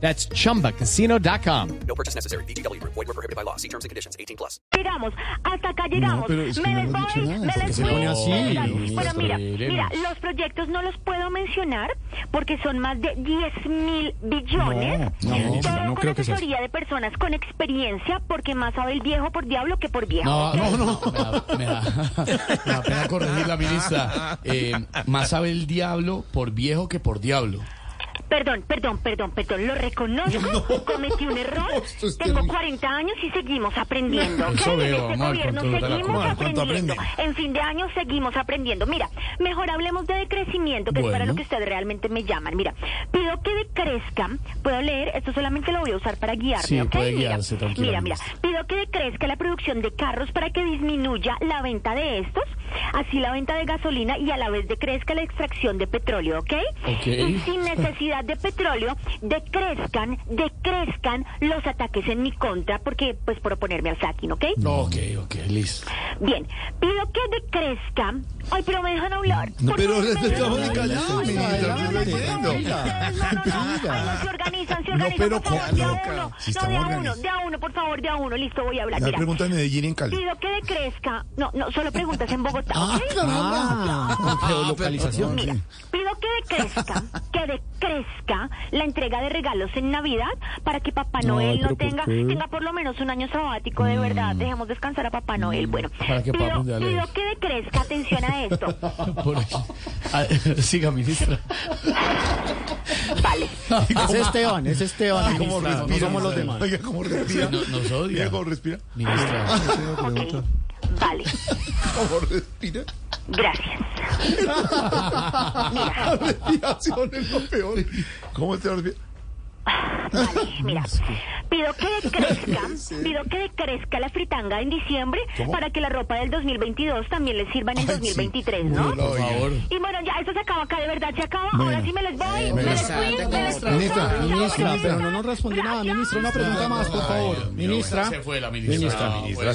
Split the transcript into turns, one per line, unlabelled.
That's chumbacasino.com.
No purchase necessary. VGW Group. Void where prohibited by law. See terms and conditions. 18 plus.
llegamos, hasta acá llegamos.
pero es que
me
no
les
hemos
voy,
dicho nada,
me
¿por
les
qué se
voy.
pone así,
Oigan,
ministra?
Bueno, mira, mira,
Esperemos.
los proyectos no los puedo mencionar porque son más de 10 mil billones.
No, no, ministra,
Todo
no
con
creo que sea
asesoría de personas con experiencia porque más sabe el viejo por diablo que por viejo.
No, no, no. Me da, me da- me da pena corregir la ministra. Eh, más sabe el diablo por viejo que por diablo.
Perdón, perdón, perdón, perdón, lo reconozco, cometí un error,
Esto es
tengo
terrible.
40 años y seguimos aprendiendo. ¿ok?
Eso veo,
en este
Omar,
gobierno
cuánto dura la
seguimos
cosa. ¿Cuánto
aprendiendo,
aprende?
en fin de año seguimos aprendiendo. Mira, mejor hablemos de decrecimiento, que es para
Bueno.
lo que ustedes realmente me llaman. Mira, pido que decrezcan, puedo leer, esto solamente lo voy a usar para guiarme,
Sí,
¿ok?
puede
Mira,
guiarse, tranquila,
Mira, mira,
ministra.
pido que decrezca la producción de carros para que disminuya la venta de estos, así la venta de gasolina y a la vez decrezca la extracción de petróleo, ¿ok?
Ok.
Y sin necesidad de petróleo, decrezcan, decrezcan los ataques en mi contra, porque, pues, por oponerme al fracking, ¿ok?
Ok, ok, listo.
Bien, pido que decrezcan. Ay, pero me dejan hablar.
No,
Por
pero
favor, me dejan
estamos
hablar.
callados, ministra, no lo entiendo.
Ustedes, no, no, no. Ay, no se organizan, se
No,
organizan.
pero
por favor,
¿cómo?
de a uno.
Si
no, de
estamos
a uno,
organiz-
de a uno, por favor, de a uno. Listo, voy a hablar.
La
Mira,
pregunta de Medellín en Cali.
pido que decrezca. No, no, solo preguntas en Bogotá. ¿ok?
Ah, geolocalización.
Mira, pido que decrezca, que decrezca la entrega de regalos en Navidad para que Papá Noel
pero
no
¿por
tenga,
qué?
tenga por lo menos un año sabático, de verdad. Dejemos descansar a Papá Noel. Bueno,
Para que pueda
pido,
aprender a leer.
pido que decrezca, atención a esto.
Por aquí. Ah, siga, ministra.
Vale.
Es Esteban, es Esteban.
¿Cómo
ministra, No
respira?
somos los demás.
Oiga, ¿cómo respira?
No- nos odia.
Oiga, ¿cómo respira?
Ministra.
Ok. Vale,
Por favor, respira.
gracias.
La respiración es lo peor. ¿Cómo te respira?
Vale, mira. Pido que decrezca, pido que decrezca la fritanga en diciembre
¿Cómo?
para que la ropa del 2022 también les sirva en el
Ay, sí.
2023,
No
¿no?
la oiga.
Y bueno, ya, esto se acaba acá, de verdad, se acaba. Ahora sí me les voy.
Eh,
me les
ministra,
fui, me les fui.
Ministra,
Chao,
Ministra,
chao,
pero no nos respondió nada. Ministra, una pregunta más, por favor. Ministra.
Se fue la ministra. Ah,
Ministra.